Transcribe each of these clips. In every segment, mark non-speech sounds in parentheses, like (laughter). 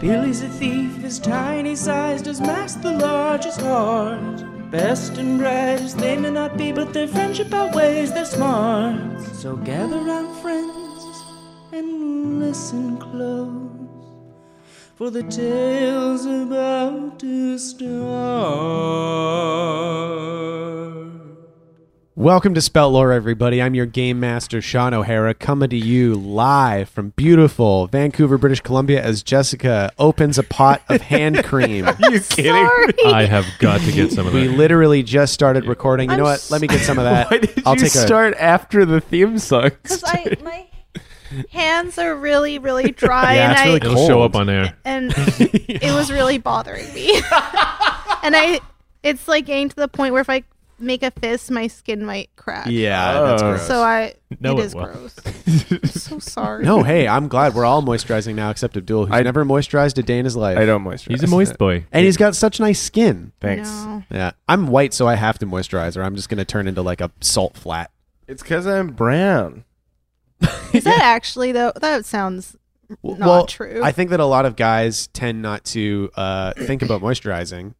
Billy's a thief, his tiny size does mask the largest heart. Best and brightest they may not be, but their friendship outweighs their smarts. So gather round, friends, and listen close, for the tale's about to start. Welcome to Spelt Lore, everybody. I'm your game master, Sean O'Hara, coming to you live from beautiful Vancouver, British Columbia, as Jessica opens a pot (laughs) of hand cream. you kidding? (laughs) I have got to get some of We that. literally just started recording. You know I'm what? Let me get some of that. (laughs) Why did (laughs) I'll you take start after the theme song? Because I my (laughs) hands are really really dry Yeah, and it's I really It'll cold. show up on air. and (laughs) it was really bothering me. (laughs) and I it's like getting to the point where if I make a fist, my skin might crack. A, yeah, that's Oh. gross. So I No, it it is won't. gross. (laughs) so sorry. no, hey, I'm glad we're all moisturizing now, except Abdul, who's I- never moisturized a day in his life. I don't moisturize. He's a moist boy. And he's got such nice skin. Thanks. No. Yeah, I'm white, so I have to moisturize, or I'm just going to turn into like a salt flat. It's because I'm brown. Is that actually though? That sounds W- Not true. I think that a lot of guys tend not to uh, think about moisturizing,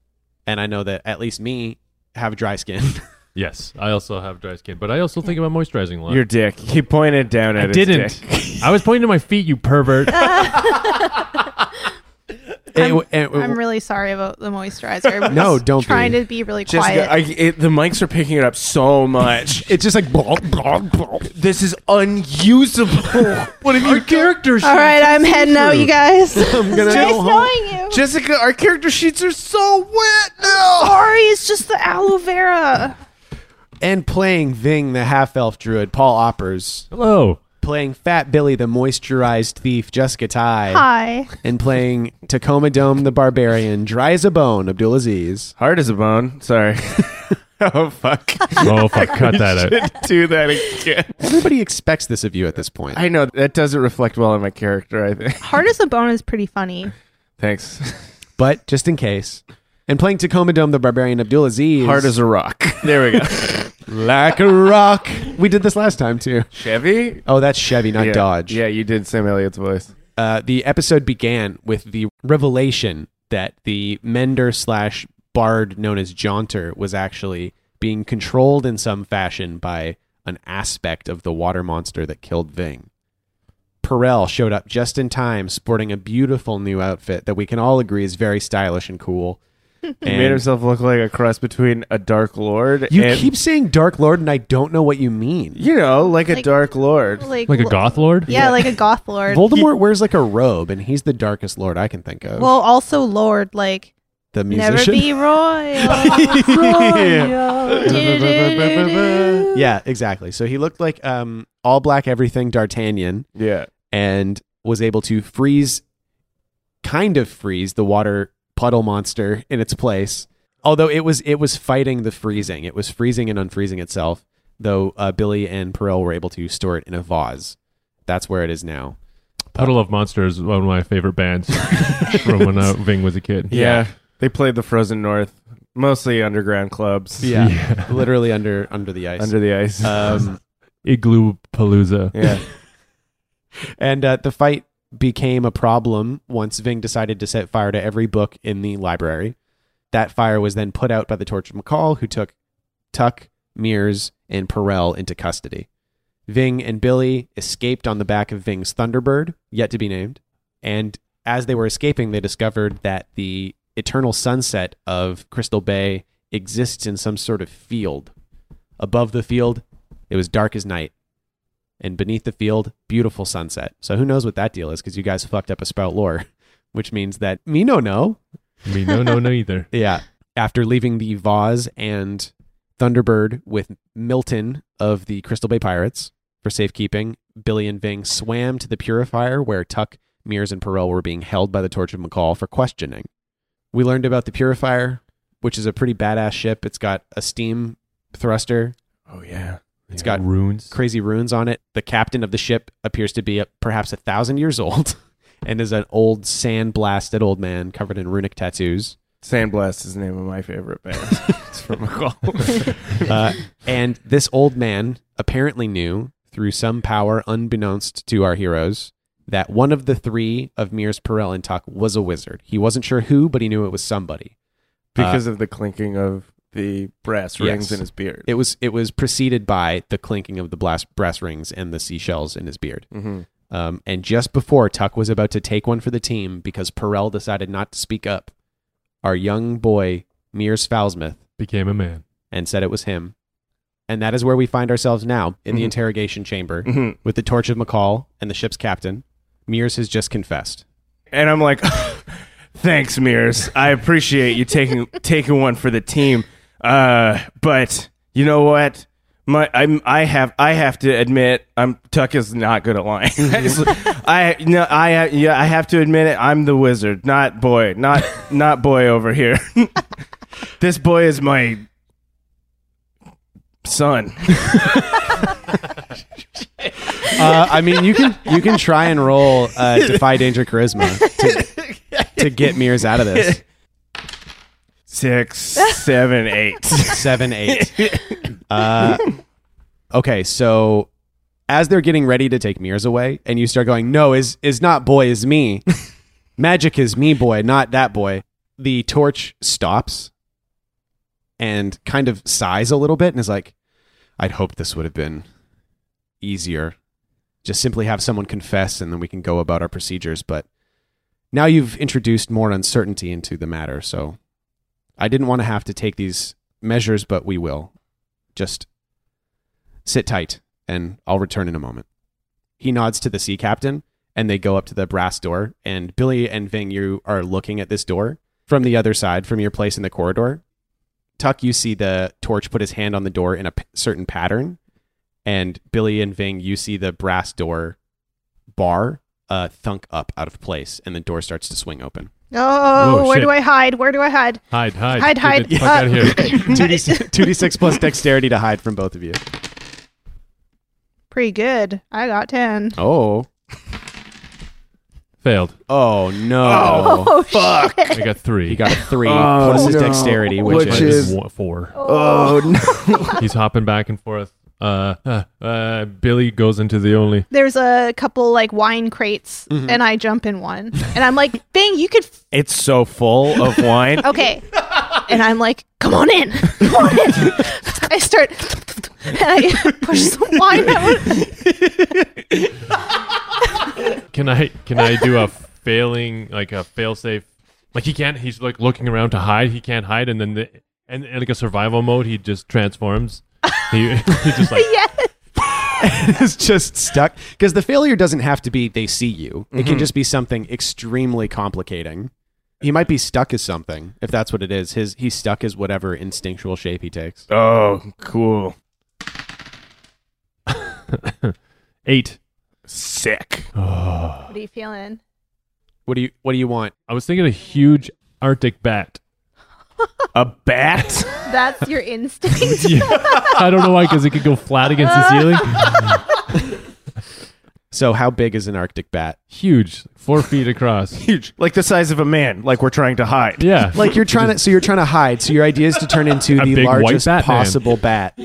and I know that at least me have dry skin. (laughs) Yes, I also have dry skin, but I also think about moisturizing a lot. Your dick. He pointed down at I his didn't. dick. I was pointing to my feet, you pervert. (laughs) And- and- I'm really sorry about the (laughs) moisturizer. I'm Oh, No, just don't trying be. to be really (laughs) Just quiet. I, it, the mics are picking it up so (laughs) much. it's just like blah, blah, blah. this is (laughs) unusable. what if your character All right, I'm heading out, you (laughs) guys. I'm gonna it's (laughs) nice go home. knowing you. Jessica, our character sheets are so wet now. sorry, it's just the aloe vera. And playing Ving, the half elf druid, Paul Oppers, Hello. playing Fat Billy, the moisturized thief, Jessica Ty, Hi. and playing Tacoma Dome, the barbarian, dry as a bone, Abdul Aziz. Hard as a bone. Sorry. (laughs) oh fuck. Oh, fuck, cut that out. Shouldn't (laughs) do that again. Everybody expects this of you at this point. I know that doesn't reflect well on my character. I think. Hard as a bone is pretty funny. Thanks. (laughs) but just in case. And playing Tacoma Dome, the barbarian Abdul Aziz. Hard as a rock. There we go. like a rock. We did this last time too. (laughs) Chevy. Oh, that's Chevy, not yeah. Dodge. Yeah, you did Sam Elliott's voice. Uh, the episode began with the revelation that the mender slash bard known as Jaunter was actually being controlled in some fashion by an aspect of the water monster that killed Ving. Perel showed up just in time, sporting a beautiful new outfit that we can all agree is very stylish and (laughs) cool. He made himself look like a cross between a dark lord You and keep saying Dark Lord, and I don't know what you mean. you know, like a Like- dark lord. Like, Like a l- goth lord? Yeah, like a goth lord. Voldemort wears like a robe, and he's the darkest lord I can think of. well, also lord, like the never musician. be royal. (laughs) Do-do-do-do-do. (laughs) yeah, exactly. So he looked like um, all black everything D'Artagnan, Yeah. and was able to freeze, kind of freeze the water puddle monster in its place. Although it was it was fighting the freezing, it was freezing and unfreezing itself. Though uh, Billy and Perel were able to store it in a vase. That's where it is now. Puddle of Monsters, is one of my favorite (laughs) bands from when uh, Ving was a kid. Yeah. They played the Frozen North, mostly underground clubs. Yeah, literally under under the ice. Under the ice. um, Igloo Palooza. (laughs) (laughs) yeah. And uh, the fight became a problem once Ving decided to set fire to every book in the library. That fire was then put out by the tortured McCall, who took Tuck, Mears, and Perel into custody. Ving and Billy escaped on the back of Ving's Thunderbird, yet to be named. And as they were escaping, they discovered that the eternal sunset of Crystal Bay exists in some sort of field. Above the field, it was dark as night and beneath the field, beautiful sunset. So who knows what that deal is? Because you guys fucked up a spout lore, (laughs) which means that me no no. I mean, no, no, no, either. Yeah. After leaving the Vaz and Thunderbird with Milton of the Crystal Bay Pirates for safekeeping, Billy and Ving swam to the purifier where Tuck, Mears, and Perel were being held by the torch of McCall for questioning. We learned about the Purifier, which is a pretty badass ship. It's got a steam thruster, (laughs) Oh yeah, It's it's got runes. crazy runes on it. The captain of the ship appears to be uh perhaps a thousand years old (laughs) and is an old sandblasted old man covered in runic tattoos. Sandblast is the name of my favorite band. (laughs) it's from McCall. Uh, and this old man apparently knew through some power unbeknownst to our heroes that one of the three of Mears, Perel, and Tuck was a wizard. He wasn't sure who, but he knew it was somebody. because of the clinking of the brass rings Yes. in his beard. It was it was preceded by the clinking of the blast, brass rings and the seashells in his beard. mm-hmm. Um, and just before Tuck was about to take one for the team because Perel decided not to speak up, our young boy Mears Foulsmith Became a man. and said it was him. And that is where we find ourselves now in the Mhm. interrogation chamber Mhm. with the torch of McCall and the ship's captain. Mears has just confessed. And I'm like, (laughs) thanks, Mears. I appreciate you taking taking one for the team. Uh, but you know what? My I'm I have I have to admit I'm Tuck is not good at (laughs) lying. I just- I no I yeah I have to admit it. I'm the wizard, not boy, not not boy over here. (laughs) this boy is my son. Uh, I mean, you can you can try and roll uh, defy danger charisma to, to get Mears out of this. Six, seven, eight. seven eight. Uh, okay, so as they're getting ready to take Mears away, and you start going, "No, is is not boy, is me. Magic is me, boy, not that boy." The torch stops and kind of sighs a little bit and is like, "I'd hoped this would have been easier. Just simply have someone confess, and then we can go about our procedures." But now you've introduced more uncertainty into the matter, so I didn't want to have to take these measures, but we will. Just sit tight, and I'll return in a moment. He nods to the sea captain, and they go up to the brass door. And Billy and Ving, you are looking at this door from the other side, from your place in the corridor. Tuck, you see the torch put his hand on the door in a p- certain pattern, and Billy and Ving, you see the brass door bar uh, thunk up out of place, and the door starts to swing open. Oh, Whoa, where shit. do I hide? Where do I hide? Hide, hide, Hide, hide. Get the fuck Uh, out of here. (laughs) (laughs) 2d6, 2d6 plus dexterity to hide from both of you. Pretty good. I got 10. Oh. Failed. Oh, no. Oh, fuck. I got three. He got a three Oh, plus his no. dexterity, which, Which is, is- one- four. Oh (laughs) no. He's hopping back and forth. Uh, uh, uh, Billy goes into the only. There's a couple like wine crates, Mm-hmm. and I jump in one. And I'm like, Bing, you could. F- It's so full of (laughs) wine. okay. And I'm like, come on in. Come on in. (laughs) I start. (laughs) And I push some wine out. Can I? Can I do a failing like a fail safe? Like he can't. He's like looking around to hide. He can't hide, and then the, and, and like a survival mode, he just transforms. He, (laughs) he's just (laughs) like Yes. (laughs) is just stuck. Because the failure doesn't have to be they see you, it can just be something extremely complicating. He might be stuck as something, if that's what it is. His He's stuck as whatever instinctual shape he takes. (laughs) Oh, cool. eight. Sick. What are you feeling? What do you What do you want? I was thinking a huge Arctic bat. (laughs) A bat? That's your instinct. Yeah. I don't know why, because it could go flat against the (laughs) ceiling. So, how big is an Arctic bat? Huge, four feet across. Huge. (laughs) Like the size of a man, like we're trying to hide. Yeah, Like you're trying to, so you're trying to hide. So your idea is to turn into A the big white largest Batman. possible bat.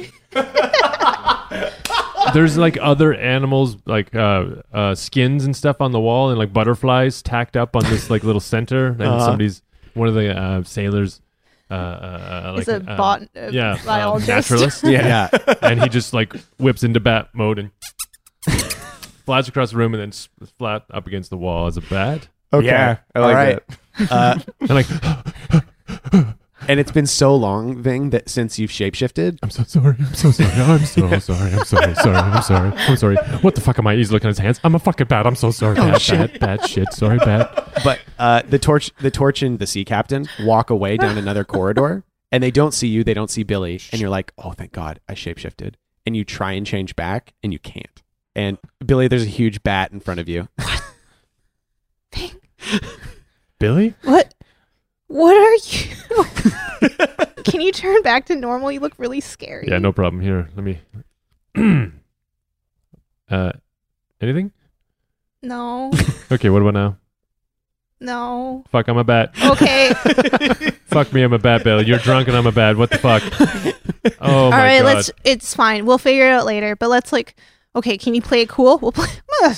there's like other animals, like uh, uh, skins and stuff on the wall, and like butterflies tacked up on this like little center. And somebody's one of the uh, sailors. Uh, uh, uh, like, He's a uh, bot- uh, yeah, uh, biologist. (laughs) naturalist. Yeah. and he just like whips into bat mode and flies across the room and then s- flat up against the wall as a bat. Okay. Yeah, I like All right. Uh, And like, (gasps) And it's been so long, Ving, that since you've shapeshifted, I'm so sorry. I'm so sorry. I'm so sorry. I'm so sorry. I'm sorry. I'm sorry. What the fuck am I? He's looking at his hands. I'm a fucking bat. I'm so Oh, sorry. Bad, bad, bad shit. Sorry, bad. but uh, the torch, the torch, and the sea captain walk away down another corridor, and they don't see you. They don't see Billy, and you're like, "Oh, thank God, I shapeshifted." And you try and change back, and you can't. And Billy, there's a huge bat in front of you. Billy? What? What are you? (laughs) Can you turn back to normal? You look really scary. Yeah, no problem. Here, let me. (clears throat) uh, anything? No. Okay, what about now? No. Fuck, I'm a bat. (laughs) Okay. Oh Fuck me, I'm a bat, Bill. You're drunk and I'm a bat. What the (laughs) fuck? Oh All my right, god. let's. It's fine. We'll figure it out later. But let's like. Okay, can you play it cool? We'll play. (laughs) we'll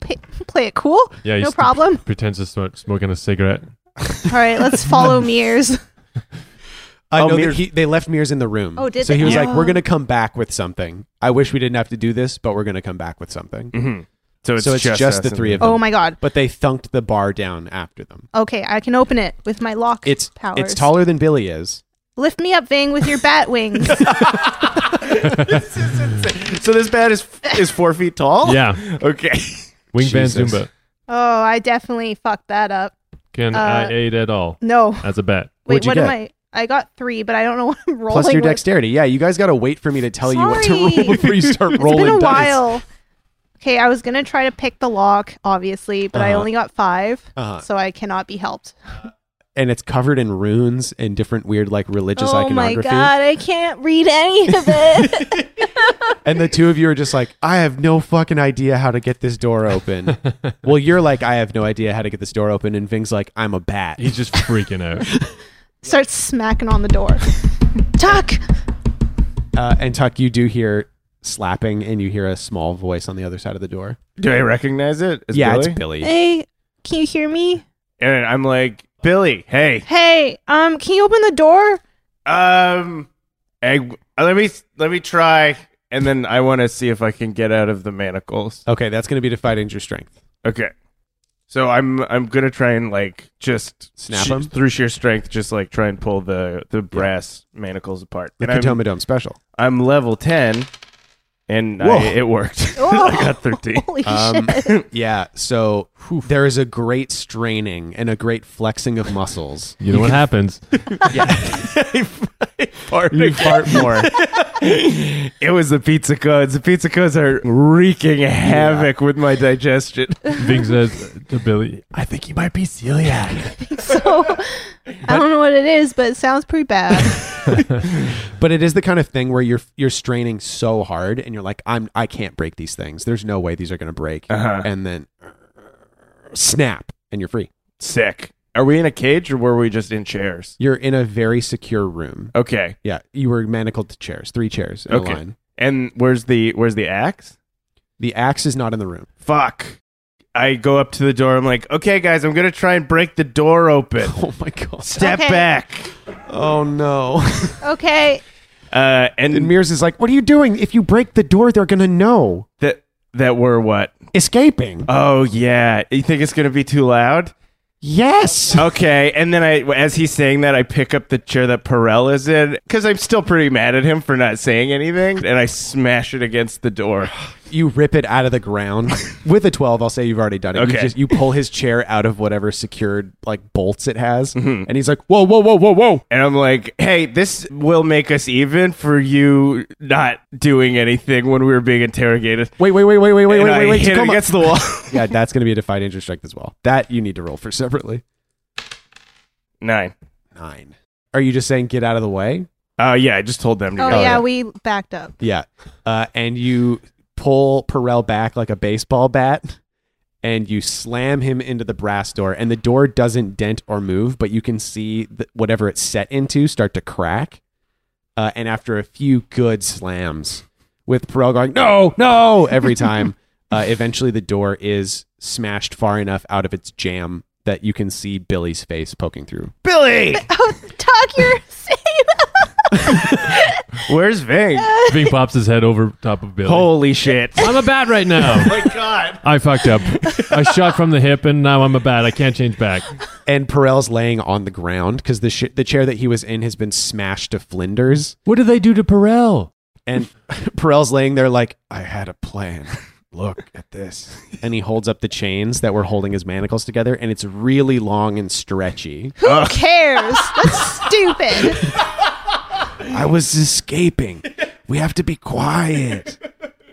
play- Play it cool. yeah, No st- problem. Pretends to smoke, smoking a cigarette. All right, let's (laughs) follow Mears. Uh, no, Oh, they, Mears- he, they left Mears in the room. Oh, did so they? he was Yeah. like, "We're gonna come back with something. I wish we didn't have to do this, but we're gonna come back with something." Mm-hmm. So it's so it's just, us the and- three of them. Oh my god. But they thunked the bar down after them. Okay, I can open it with my lock It's powers. it's taller than Billy is. Lift me up, Ving, with your bat (laughs) wings. So this bat is is four feet tall. Yeah, Okay. (laughs) wing Van Jesus. Zumba. oh, I definitely fucked that up. Can Uh, I aid at all No. as a bat? What'd Wait, you what am get? I? I got three, but I don't know (laughs) what I'm rolling. plus your with. dexterity. Yeah, you guys got to wait for me to tell you what to Sorry. roll before you start (laughs) It's rolling been a dice. while. Okay, I was gonna try to pick the lock, obviously, but I Uh-huh. only got 5 Uh-huh. so I cannot be helped. And it's covered in runes and different weird like religious oh my iconography. god, I can't read any of it. (laughs) (laughs) And the two of you are just like, I have no fucking idea how to get this door open. well, you're like, I have no idea how to get this door open, and Ving's like, I'm a bat. He's just freaking (laughs) out. Starts smacking on the door. Tuck. Uh, and Tuck, you do hear slapping, and you hear a small voice on the other side of the door. Do I recognize it? It's yeah, Billy? it's Billy. Hey, can you hear me? And I'm like, Billy, hey, Hey, um, can you open (laughs) the door? um, egg, uh, let me let me try, and then I want to see if I can get out of the manacles. Okay, that's going to be to fight your strength. Okay. So I'm I'm gonna try and like just Snap sh- 'em? through sheer strength, just like try and pull the the brass manacles apart. The And I'm, Katoma Dome special. I'm level ten, and I, Whoa. it worked. (laughs) Oh, I (laughs) got thirteen. holy Um, shit. (laughs) yeah, so there is a great straining and a great flexing of muscles. You know what happens? You (laughs) fart more. it was the pizza codes. The pizza codes are wreaking havoc with my digestion. Ving says to Billy, "I think he might be celiac." So I don't know what it is, but it sounds (laughs) pretty bad. But it is the kind of thing where you're you're straining so hard, and you're like, I'm I can't break these things. There's no way these are going to break. Uh-huh. And then uh, snap, and you're free. Sick. Are we in a cage or were we just in chairs? You're in a very secure room. Okay. Yeah, you were manacled to chairs, three chairs in Okay. a line. And where's the where's the axe? The axe is not in the room. Fuck. I go up to the door. I'm like, okay, guys, I'm gonna try and break the (laughs) door open. (laughs) Oh my god. Step Okay. back. Oh no. (laughs) Okay. Uh, and and Mears is like, "What are you doing? If you break the door, they're going to know." that that were what? Escaping. Oh yeah. You think it's gonna be too loud? yes. Okay, and then I, as he's saying that, I pick up the chair that Perel is in because I'm still pretty mad at him for not saying anything, and I smash it against (sighs) the door. you rip it out of the (laughs) ground with a 12 i'll say you've already done it you Okay. just you pull his chair out of whatever secured like bolts it has Mm-hmm. and he's like whoa whoa whoa whoa whoa And I'm like, "Hey, this will make us even for you not doing anything when we were being interrogated." wait wait wait wait wait wait And wait I wait wait hit it Tacoma. against the wall. (laughs) (laughs) yeah that's gonna be a defied injury strength as well that you need to roll for separately Nine. nine are you just saying get out of the way Oh yeah, I just told them to Oh go. yeah, we backed up. (laughs) yeah uh, and you pull perel back like a baseball bat and you slam him into the brass door and the door doesn't dent or move but you can see th- whatever it's set into start to crack uh, and after a few good slams with Perel going no no every time uh, eventually the door is smashed far enough out of its jam that you can see billy's face poking through Billy, Oh, Tuck, you're (laughs) safe. (laughs) where's Ving? Ving pops his head over top of Billy. Holy shit! Oh I'm a bat right now. (laughs) my god. I fucked up. I shot from the hip, and now I'm a bat. I can't change back. and Perel's laying on the ground because the sh- the chair that he was in has been smashed to flinders. What did they do to Perel? And (laughs) Perel's laying there like, I had a plan. (laughs) Look at this. (laughs) And he holds up the chains that were holding his manacles together, and it's really long and stretchy. Who cares? That's stupid. (gasps) I was escaping. We have to be quiet.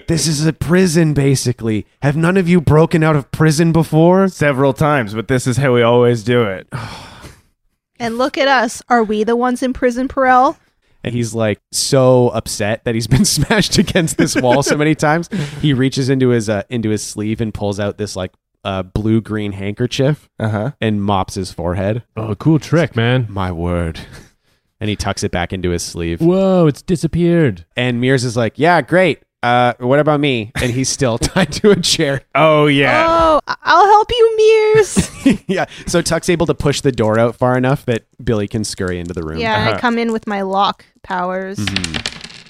This is a prison, basically. Have none of you broken out of prison before? Several times, but this is how we always do it. And look at us. Are we the ones in prison, Perel? And he's like so upset that he's been (laughs) smashed against this wall so many times. He reaches into his uh, into his sleeve and pulls out this like uh, blue green handkerchief Uh huh. and mops his forehead. Oh, cool trick, man. My word. (laughs) And he tucks it back into his sleeve. Whoa, it's disappeared. And Mears is like, "Yeah, great. Uh, what about me?" And he's still (laughs) tied to a chair. (laughs) Oh yeah. Oh, I- I'll help you, Mears. yeah. So Tuck's able to push the door out far enough that Billy can scurry into the room. yeah, I come in with my lock powers. Mm-hmm.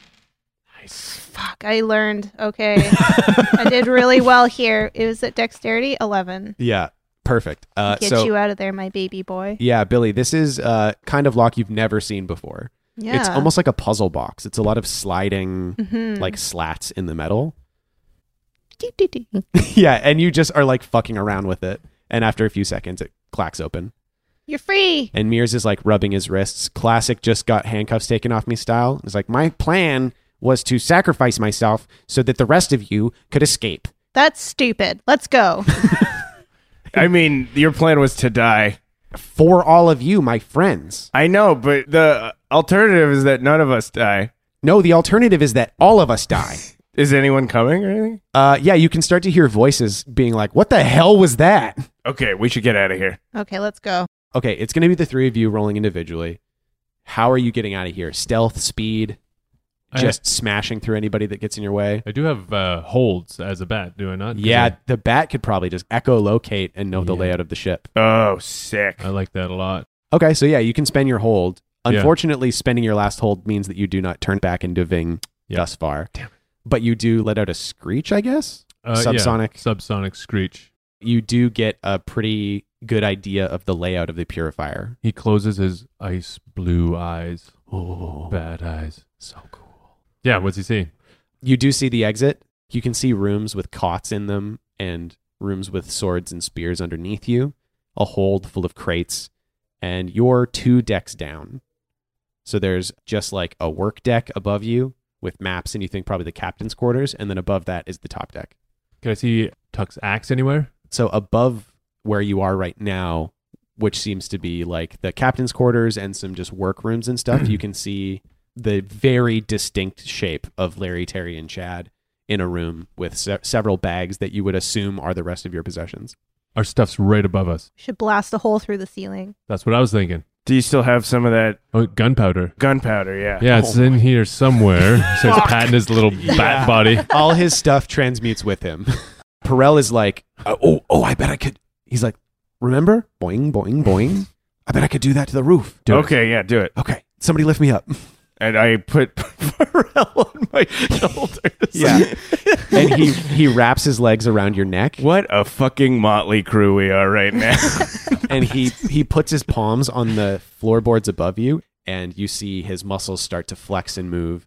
Fuck, I learned. Okay. I did really well here. It was at dexterity 11. Yeah. Perfect. Uh, Get so you out of there, my baby boy. yeah, Billy, this is uh, kind of lock you've never seen before. Yeah. It's almost like a puzzle box. It's a lot of sliding Mhm. like slats in the metal. (laughs) Dee, dee, dee. yeah, and you just are like fucking around with it. And after a few seconds, it clacks open. You're free. And Mears is like rubbing his wrists, classic just got handcuffs taken off me style. It's like, my plan was to sacrifice myself so that the rest of you could escape. That's stupid. Let's go. Oh. I mean, your plan was to die. For all of you, my friends. I know, but the alternative is that none of us die. No, the alternative is that all of us (laughs) die. Is anyone coming or anything? Uh, yeah, you can start to hear voices being like, what the hell was that? Okay, we should get out of here. Okay, let's go. Okay, it's going to be the three of you rolling individually. How are you getting out of here? Stealth, speed, I- just smashing through anybody that gets in your way. I, do have uh, holds as a bat, do I not? 'Cause Yeah, the bat could probably just echolocate and know the Yeah. layout of the ship. Oh, sick. I, I like that a lot. Okay, so yeah, you can spend your hold. Yeah. Unfortunately, spending your last hold means that you do not turn back into Ving Yeah. thus far. Damn But you do let out a screech, I guess. Uh, yeah, Subsonic. subsonic screech. You do get a pretty good idea of the layout of the purifier. He closes his ice blue eyes, Oh. bad eyes. So cool. Yeah, what's he see? You do see the exit. You can see rooms with cots in them and rooms with swords and spears underneath you, a hold full of crates, and you're two decks down. So there's just like a work deck above you with maps, and you think probably the captain's quarters, and then above that is the top deck. Can I see Tuck's axe anywhere? So above where you are right now, which seems to be like the captain's quarters and some just workrooms and stuff, you can see the very distinct shape of Larry, Terry, and Chad in a room with se- several bags that you would assume are the rest of your possessions. Our stuff's right above us. Should blast a hole through the ceiling. That's what I was thinking. Do you still have some of that Oh, gunpowder. gunpowder? Yeah. Yeah, it's in here (laughs) somewhere. so he's patting his little bat body. All his stuff transmutes with him. (laughs) Perel is like, "Uh, oh, oh, I bet I could. He's like, remember? Boing, boing, boing. I bet I could do that to the roof. Do it. okay, yeah, do it. Okay, somebody lift me up. And I put (laughs) Pharrell on my shoulders. Yeah. (laughs) and he he wraps his legs around your neck. What a fucking motley crew we are right (laughs) now. and he he puts his palms on the floorboards above you, and you see his muscles start to flex and move.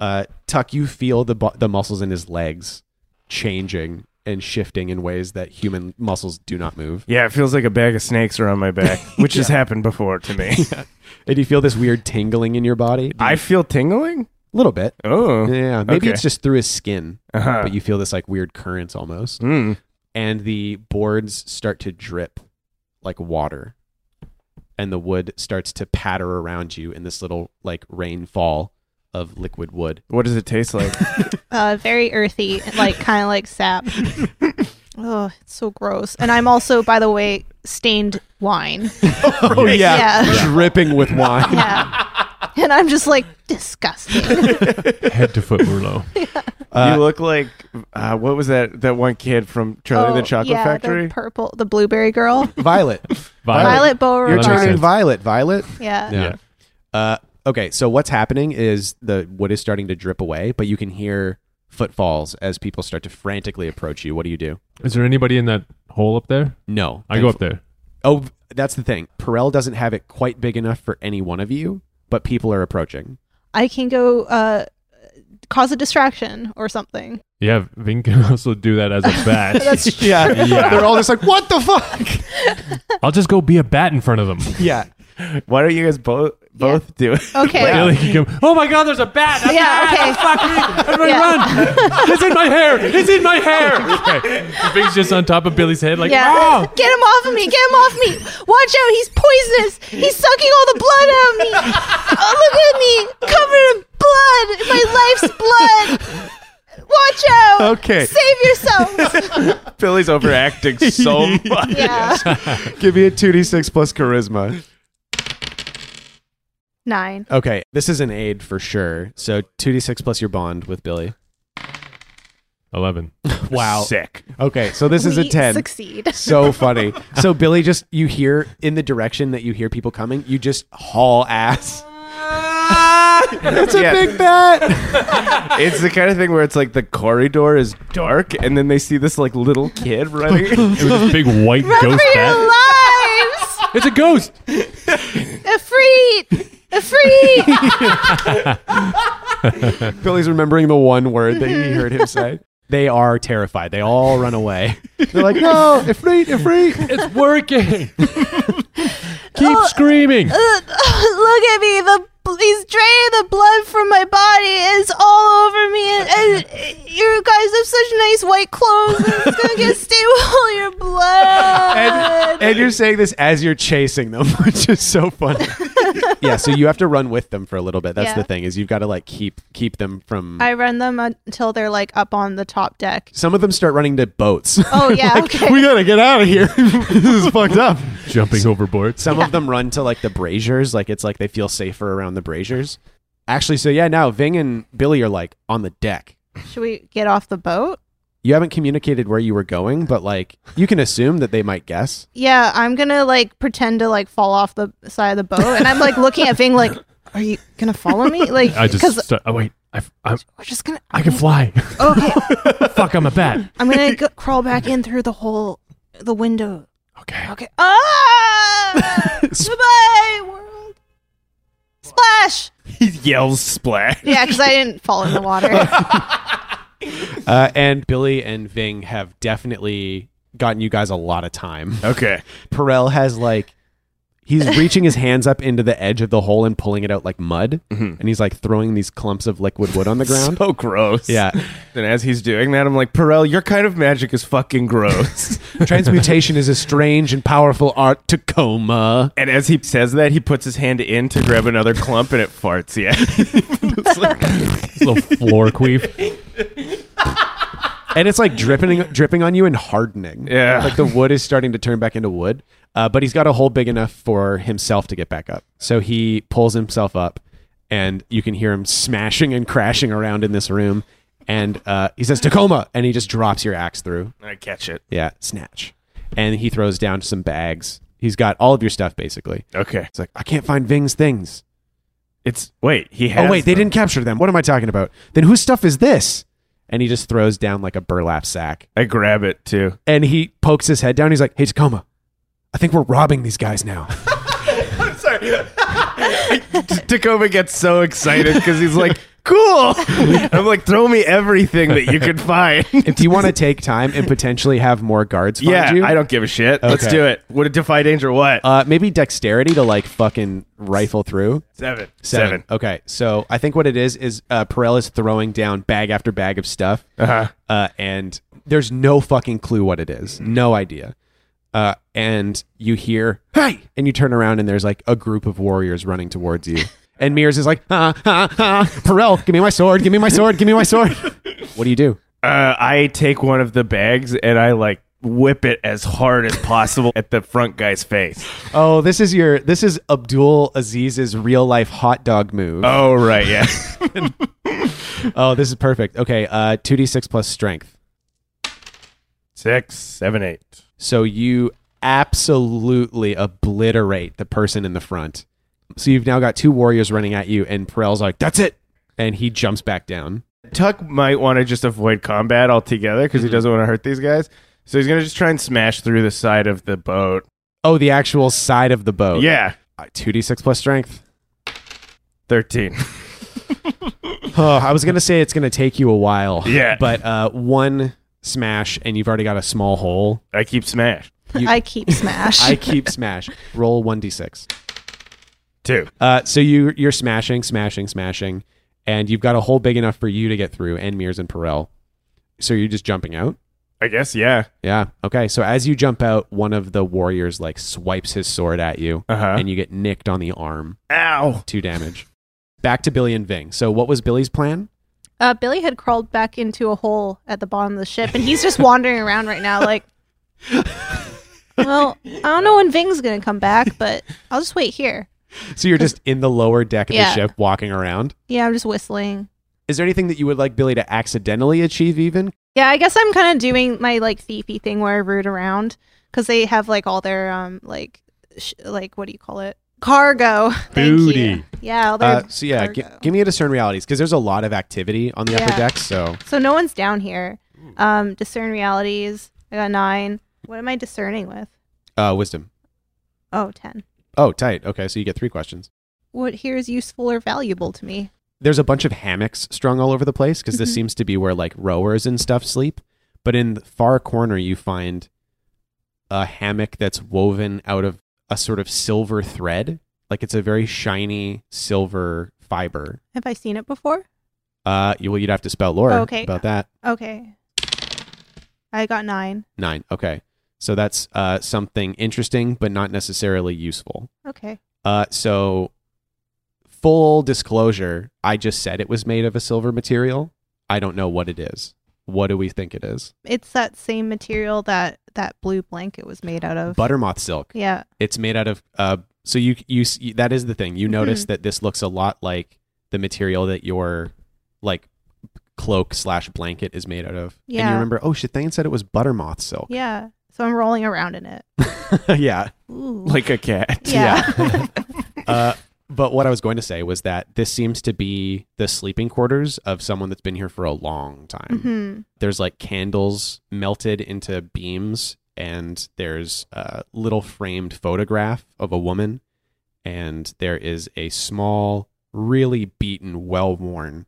Uh, Tuck, you feel the bu- the muscles in his legs changing and shifting in ways that human muscles do not move, yeah, it feels like a bag of snakes around my back, which has happened before (laughs) to me. and you feel this weird tingling in your body. I feel tingling? a little bit. Oh. Yeah, maybe okay. it's just through his skin, Uh-huh. but you feel this like weird currents almost, Mm. and the boards start to drip like water. and the wood starts to patter around you in this little like rainfall of liquid wood. What does it taste like? Uh, very earthy, like kind of like sap. oh, it's so gross. And I'm also, by the way, stained wine. Oh yeah. Yeah. (laughs) dripping with wine. Yeah. (laughs) and I'm just like disgusting. Head to foot we're low. you look like uh, what was that that one kid from Charlie Oh, and the Chocolate yeah, Factory? The Oh, purple, the blueberry (laughs) girl, (laughs) Violet, Violet you're Beauregard. That makes turning sense. violet, Violet. Yeah. Yeah. Uh, okay, so what's happening is the wood is starting to drip away, but you can hear footfalls as people start to frantically approach you. What do you do? Is there anybody in that hole up there? No, I go up there. Oh, that's the thing. Perel doesn't have it quite big enough for any one of you, but people are approaching. I can go uh, cause a distraction or something. Yeah, Ving can (laughs) also do that as a (laughs) bat. (laughs) yeah. Yeah. they're all just like, "What the fuck?" I'll just go be a bat in front of them. yeah. Why don't you guys both Both do it. Oh. Okay. Billy can come, oh my god, there's a bat! A Yeah, bat! okay. Fuck me! Everybody Yeah. (laughs) run! It's in my hair! It's in my hair! Okay. The thing's just on top of Billy's head, like, Yeah. oh! (laughs) Get him off of me. Get him off me. Watch out. He's poisonous. He's sucking all the blood out (laughs) of me. Oh, look at me. Covered in blood. My life's blood. Watch out. Okay. Save (laughs) yourself. (laughs) Billy's overacting so much. Yeah. Give me a 2d6 plus charisma. Nine. Okay, this is an aid for sure. So 2d6 plus your bond with Billy. 11. Sick. Okay, so this is a We 10. Succeed. so funny. So Billy just you hear in the direction that you hear people coming, you just haul ass. it's a Yeah. big bat. It's the kind of thing where it's like the corridor is dark, and then they see this like little kid running. (laughs) It was this big white Run ghost for your bat. lives. It's a ghost! Afraid. Afraid. (laughs) Billy's remembering the one word that he heard him (laughs) say. They are terrified. They all run away. They're like, no, Ifrit, Ifrit. (laughs) It's working! Oh. Keep screaming! Look at me. The he's draining the blood from my body. It's all over me. And, and (laughs) you guys have such nice white clothes. and It's (laughs) gonna get stained with all your blood. And, and you're saying this as you're chasing them, (laughs) which is so funny. (laughs) yeah, so you have to run with them for a little bit. That's Yeah. the thing is you've got to like keep keep them from. I run them until they're like up on the top deck. Some of them start running to boats. (laughs) Oh yeah. Okay. we gotta get out of here. (laughs) this is fucked up. Jumping overboard. Some of them run to like the braziers, like it's like they feel safer around the braziers. Actually, so yeah, now Ving and Billy are like on the deck. Should we get off the boat? You haven't communicated where you were going, but like you can assume that they might guess. Yeah, I'm gonna like pretend to like fall off the side of the boat, and I'm like looking at Ving like, "Are you gonna follow me?" Like, I because just. Start, oh, wait. I, I'm, we're just gonna. I can fly. (laughs) Okay, Fuck, I'm a bat. I'm gonna go- crawl back in through the hole, the window. Okay. Okay. Ah! Goodbye, world. Splash. he yells splash. Yeah, because I didn't fall in the water. Uh, and Billy and Ving have definitely gotten you guys a lot of time. Okay. Perel has like he's reaching his hands up into the edge of the hole and pulling it out like mud, and he's like throwing these clumps of liquid wood on the ground. So gross. (laughs) yeah, And as he's doing that, I'm like, Perel, your kind of magic is (laughs) fucking gross. transmutation is a strange and powerful art. Tacoma. and as he says that, he puts his hand in to grab another clump and it farts. Yeah. (laughs) It's like- (laughs) Little floor queef. and it's like dripping dripping on you and hardening. Yeah. like the wood is starting to turn back into wood. Uh, but he's got a hole big enough for himself to get back up. So he pulls himself up, and you can hear him smashing and crashing around in this room. And uh, he says Tacoma, and he just drops your axe through. I catch it. Yeah, snatch. And he throws down some bags. He's got all of your stuff basically. Okay. It's like I can't find Ving's things. It's wait. He has. Oh wait, they them. didn't capture them. What am I talking about? Then whose stuff is this? And he just throws down like a burlap sack. I grab it too. and he pokes his head down. He's like, "Hey, Tacoma, I think we're robbing these guys (laughs) now." Tacoma gets so excited because he's like, "Cool!" I'm like, "Throw me everything that you can (laughs) find." Do you want to take time and potentially have more guards find yeah, you? I don't give a shit. Let's Okay. do it. Would it defy danger? What? Uh, maybe dexterity to like fucking rifle through. Seven. Seven. Seven. Okay, so I think what it is is uh, Perel is throwing down bag after bag of stuff, Uh-huh. uh, and there's no fucking clue what it is. No idea. Uh, and you hear hey, and you turn around and there's like a group of warriors running towards (laughs) you. And Mears is like, ha ha ha, Perel, give me my sword, give me my sword, give me my sword. what do you do? Uh, I take one of the bags and I like whip it as hard as possible at the front guy's face. Oh, this is your this is Abdul Aziz's real life hot dog move. Oh, Oh right, yeah. this is perfect. Okay, uh 2d6 plus strength. (laughs) Six, seven, eight. So you absolutely obliterate the person in the front. So you've now got two warriors running at you and Perel's like, "That's it." And he jumps back down. Tuck might want to just avoid combat altogether because Mm-hmm. he doesn't want to hurt these guys. So he's gonna just try and smash through the side of the boat. Oh, the actual side of the boat. Yeah, Uh, 2d6 plus strength. thirteen. Oh, I was going to say it's going to take you a while. (laughs) Yeah. But uh, one smash and you've already got a small hole. I keep smash. You- (laughs) I keep smash. I keep smash. Roll 1d6. Two. Uh, so you you're smashing, smashing, smashing, and you've got a hole big enough for you to get through and Mears and Perel. So you're just jumping out. I guess, yeah. Yeah. Okay. So as you jump out, one of the warriors like swipes his sword at you, Uh-huh. and you get nicked on the arm, Ow. two damage. Back to Billy and Ving. So what was Billy's plan? Uh, Billy had crawled back into a hole at the bottom of the ship, and he's just wandering around right now, like. Well, I don't know when Ving's gonna come back, but I'll just wait here. So you're just in the lower deck of Yeah. the ship, walking around. Yeah, I'm just whistling. Is there anything that you would like Billy to accidentally achieve? Even Yeah, I guess I'm kind of doing my like thiefy thing where I root around because they have like all their um like sh- like what do you call it cargo? (laughs) Thank Booty. you. Yeah, all their uh, so, yeah. G- cargo. give me a discern realities because there's a lot of activity on the upper Yeah. deck. So So no one's down here. Um, discern realities. I got nine. What am I discerning with? uh, wisdom. Oh, ten. Oh, tight. Okay, so you get three questions. What here is useful or valuable to me? there's a bunch of hammocks strung all over the place because this seems to be where like rowers and stuff sleep. But in the far corner, you find a hammock that's woven out of a sort of silver thread. Like it's a very shiny silver fiber. Have I seen it before? Uh, you, well, you'd have to spell Laura Okay. about that. Okay. I got nine. Nine. Okay. So that's uh, something interesting, but not necessarily useful. Okay. Uh, so, full disclosure, I just said it was made of a silver material. I don't know what it is. What do we think it is? It's that same material that that blue blanket was made out of. Buttermoth silk. yeah. It's made out of. Uh, so you you s- you- that is the thing. You Mm-hmm. notice that this looks a lot like the material that your like cloak slash blanket is made out of. And Yeah. you remember? Oh shit! Thane said it was buttermoth silk. Yeah. So I'm rolling around in it. (laughs) yeah. Ooh. Like a cat. yeah. Uh, but what I was going to say was that this seems to be the sleeping quarters of someone that's been here for a long time. Mhm. there's like candles melted into beams and there's a little framed photograph of a woman and there is a small really beaten well-worn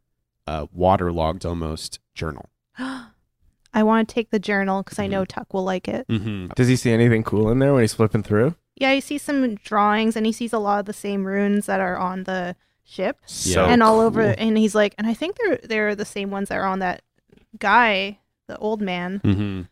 uh, waterlogged almost journal (gasps) I want to take the journal because I know Tuck will like it. mm-hmm. Does he see anything cool in there when he's flipping through? Yeah, he sees some drawings and he sees a lot of the same runes that are on the ship. So and all over Oh, cool. and he's like and i think they're they're the same ones that are on that guy the old man Mm-hmm. and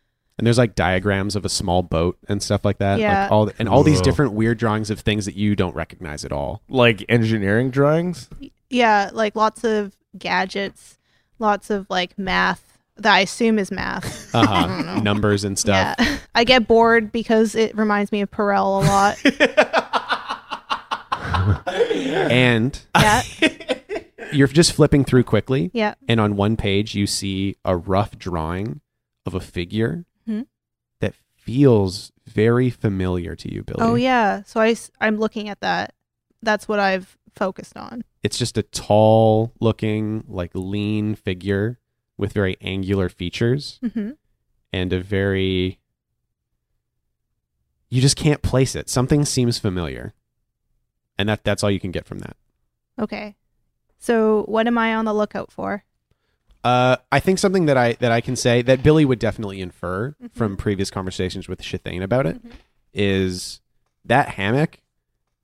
there's like diagrams of a small boat and stuff like that Yeah. like all and all these Whoa. different weird drawings of things that you don't recognize at all Like engineering drawings? yeah like lots of gadgets lots of like math that i assume is math uh-huh. numbers and stuff yeah (laughs) i get bored because it reminds me of perel a lot and yeah you're just flipping through quickly yeah and on one page you see a rough drawing of a figure Mhm. that feels very familiar to you billy oh yeah so i am looking at that that's what i've focused on it's just a tall looking like lean figure with very angular features hmm and a very you just can't place it something seems familiar and that that's all you can get from that okay so what am i on the lookout for Uh, I think something that I that I can say that Billy would definitely infer from previous conversations with Shithane about it is that hammock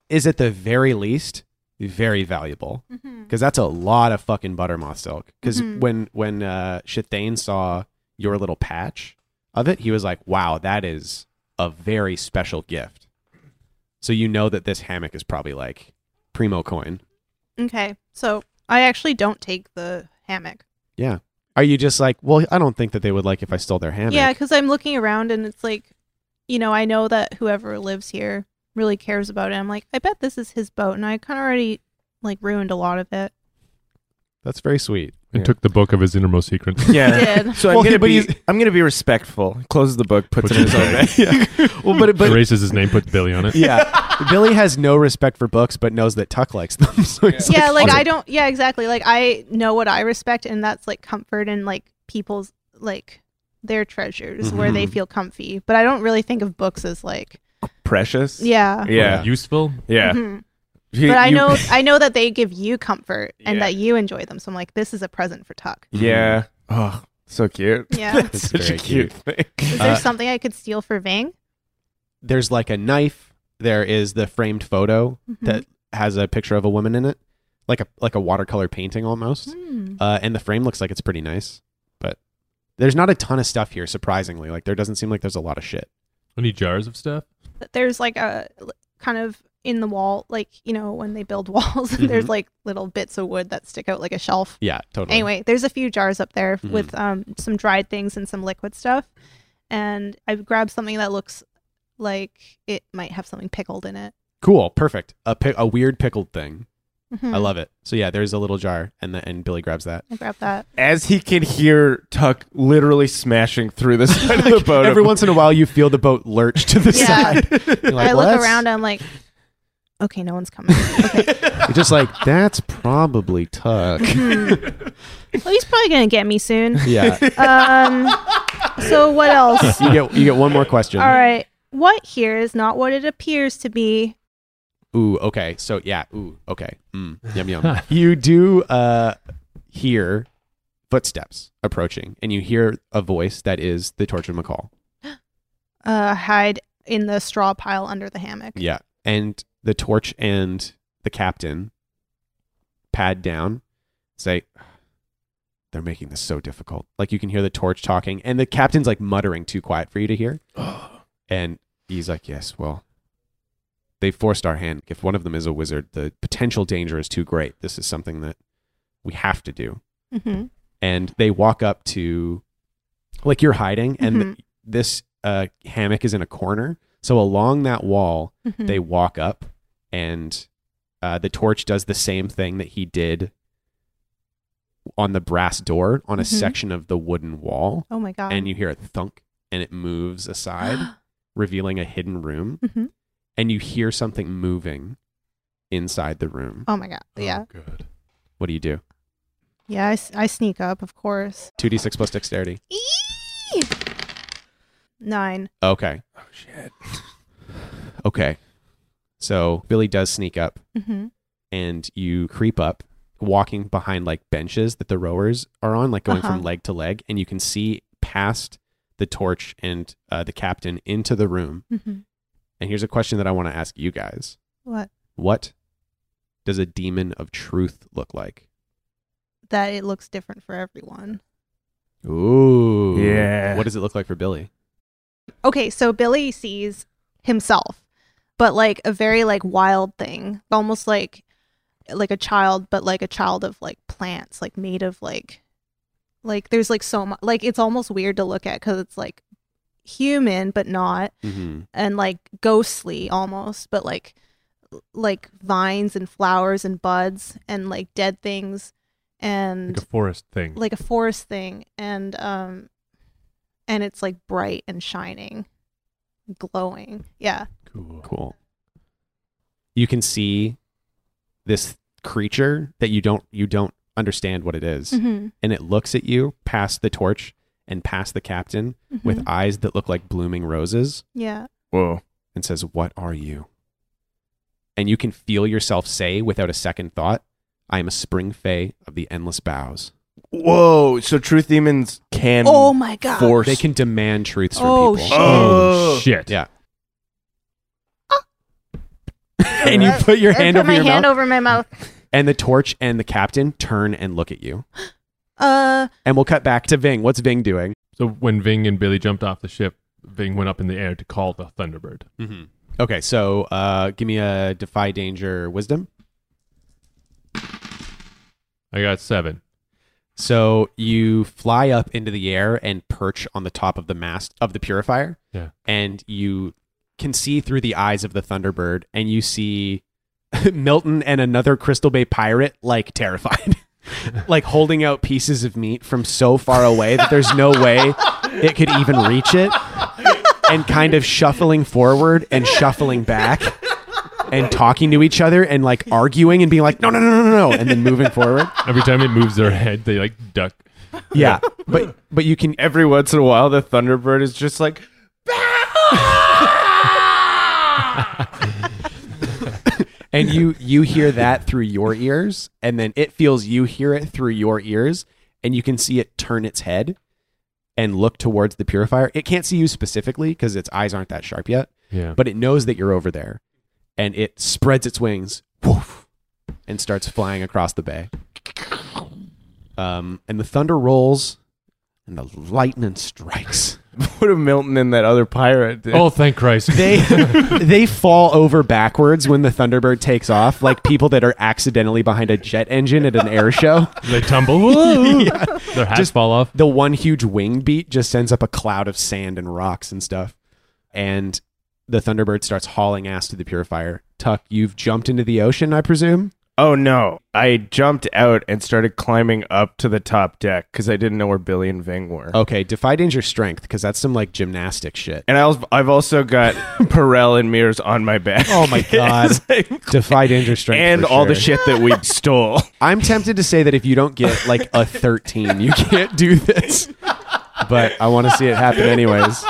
is at the very least very valuable Mm-hmm. because that's a lot of fucking buttermoth silk. Because Mhm. when when uh, Shithane saw your little patch of it, he was like, "Wow, that is a very special gift." So you know that this hammock is probably like primo coin. okay so i actually don't take the hammock Yeah. Are you just like, well, I don't think that they would like if I stole their hammock. Yeah, because I'm looking around and it's like, you know, I know that whoever lives here really cares about it. I'm like, I bet this is his boat, and I kind of already like ruined a lot of it. That's very sweet. And took the book of his innermost secret. Yeah. Did. So I'm Well, gonna but be he's- I'm gonna be respectful. Closes the book, puts Puts it in it his own back. bag. (laughs) Yeah. well, (laughs) but but Erases his name, puts Billy on it. yeah. Billy has no respect for books, but knows that Tuck likes them. (laughs) So he's yeah, like "Fuck I it." don't. Yeah, exactly. Like I know what I respect, and that's like comfort and like people's like their treasures where they Mm-hmm. Mhm. feel comfy. But I don't really think of books as like, precious. yeah. Yeah. Useful. Yeah. Mhm. You- But I you- know I know that they give you comfort and Yeah. that you enjoy them. So I'm like, this is a present for Tuck. Yeah. Oh, so cute. (laughs) Yeah. Mm-hmm. It's Such a very cute cute. thing. Is there Uh, something I could steal for Ving? There's like a knife. There is the framed photo Mhm. that has a picture of a woman in it, like a like a watercolor painting almost. Hmm. Uh, and the frame looks like it's pretty nice, but there's not a ton of stuff here. Surprisingly, like there doesn't seem like there's a lot of shit. Any jars of stuff? That There's like a l- kind of in the wall, like you know when they build (laughs) walls, Mm-hmm. and there's Mhm. like little bits of wood that stick out like a shelf. Yeah, totally. Anyway, there's a few jars up there Mm-hmm. with um, some dried things and some liquid stuff, and I grabbed something that looks like it might have something pickled in it. cool, perfect. A pi- a weird pickled thing. Mhm. I love it. So yeah, there's a little jar, and the, and Billy grabs that. I (laughs) grabbed that. As he can hear Tuck literally smashing through the side (laughs) of the boat. Every once in a while, you feel the boat lurch to the Yeah. (laughs) side. You're like, I look "Well, that's-" around. I'm like, okay, no (laughs) one's coming. Okay, You're just like that's probably Tuck. well, he's probably gonna get (laughs) me soon. yeah, Um, (laughs) so what else? you get you get one more question. All right. What here is not what it appears to be. Ooh, okay. So yeah, ooh, okay. Mm, yum yum. you do uh hear footsteps approaching and you hear a voice that is the tortured McCall. Uh, hide in the straw pile under the hammock. Yeah. And the torch and the captain pad down, say they're making this so difficult. Like you can hear the torch talking and the captain's like muttering too quiet for you to hear. and he's like, "Yes, well, they forced our hand. If one of them is a wizard, the potential danger is too great. This is something that we have to do." hmm and they walk up to like you're hiding and Mhm. th- this uh, hammock is in a corner so along that wall Mhm. they walk up and uh, the torch does the same thing that he did on the brass door on a Mhm. section of the wooden wall Oh my god. and you hear a thunk and it moves aside revealing a hidden room Mhm. and you hear something moving inside the room Oh my god. Yeah. Oh, good. what do you do Yeah. I, s- I sneak up, of course. 2d6 plus dexterity Eee! Nine. okay oh shit! Okay. So Billy does sneak up Mm-hmm. and you creep up, walking behind like benches that the rowers are on, like going Uh-huh. from leg to leg. And you can see past the torch and uh, the captain into the room. Mm-hmm. And here's a question that I want to ask you guys What? What does a demon of truth look like? That it looks different for everyone. Ooh. Yeah. What does it look like for Billy? Okay, so Billy sees himself, but like a very like wild thing, almost like like a child, but like a child of like plants, like made of like like there's like so much like it's almost weird to look at because it's like human but not Mm-hmm. and like ghostly almost but like like vines and flowers and buds and like dead things and Like a forest thing. like a forest thing and um and it's like bright and shining glowing yeah cool. Cool. You can see this creature that you don't you don't understand what it is. mm-hmm. and it looks at you past the torch and past the captain Mm-hmm. with eyes that look like blooming roses yeah Whoa! and says, What are you? And you can feel yourself say without a second thought, I am a spring fay of the endless boughs. Whoa! So truth demons can oh my god (laughs) force. They can demand truths from Oh, people. shit. Oh, Oh. shit. Yeah. and you put your I hand put over my your hand mouth, over my mouth and the torch and the captain turn and look at you. uh And we'll cut back to Ving. What's Ving doing? So when Ving and Billy jumped off the ship, Ving went up in the air to call the Thunderbird. Mm-hmm. Okay, so uh, give me a defy danger wisdom. I got seven. So you fly up into the air and perch on the top of the mast of the purifier. Yeah. And you can see through the eyes of the Thunderbird and you see (laughs) Milton and another Crystal Bay pirate like terrified. (laughs) like holding out pieces of meat from so far away that there's no way it could even reach it and kind of shuffling forward and shuffling back and talking to each other and like arguing and being like no no no no no and then moving forward Every time it moves their head, they like duck. (laughs) yeah but but you can Every once in a while, the Thunderbird is just like, (laughs) and you you hear that through your ears and then it feels you hear it through your ears and you can see it turn its head and look towards the purifier it can't see you specifically because its eyes aren't that sharp yet Yeah. but it knows that you're over there and it spreads its wings woof, and starts flying across the bay. Um, and the thunder rolls, and the lightning strikes. What a Milton and that other pirate (laughs) did. Oh, thank Christ. They (laughs) they fall over backwards when the Thunderbird takes off, like people that are accidentally behind a jet engine at an air show. (laughs) they tumble. (laughs) Whoa. Their hats Just- fall off. the one huge wing beat just sends up a cloud of sand and rocks and stuff. And the Thunderbird starts hauling ass to the purifier. Tuck, you've jumped into the ocean, I presume? Oh no! I jumped out and started climbing up to the top deck because I didn't know where Billy and Ving were. Okay, defy danger strength, because that's some like gymnastic shit. And I was, I've (laughs) also got Perel and Mears on my back. Oh (laughs) my God. (laughs) It's like- Defy danger strength. and for all the sure. shit (laughs) that we stole. (laughs) I'm tempted to say that if you don't get like a 13, you can't do this. But I want to see it happen anyways.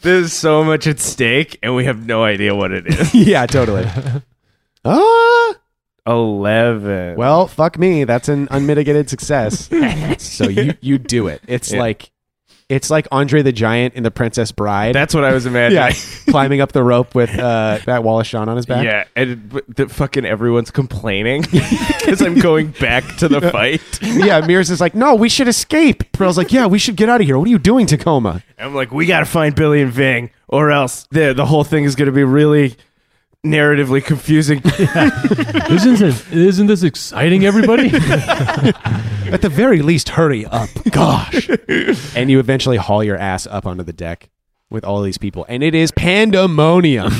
There's so much at stake, and we have no idea what (laughs) it is. yeah, totally. Ah! Eleven. Well, fuck me. That's an unmitigated success. so you you do it. It's Yeah. like it's like Andre the Giant in The Princess Bride. that's what I (laughs) was yeah, imagining. climbing up the rope with uh, that wall of Sean on his Yeah, back. and but the fucking everyone's complaining (laughs) because I'm going back to the fight. yeah. Mears is like, no, we should escape. Pearl's like, yeah, we should get out of here. What are you doing, Tacoma? (laughs) I'm like, we gotta find Billy and Ving, or else the the whole thing is gonna be really narratively confusing. (laughs) Isn't this, isn't this exciting, (laughs) everybody? At the very least, hurry (laughs) up. Gosh. and you eventually haul your ass up onto the deck with all these people. And it is (laughs) pandemonium.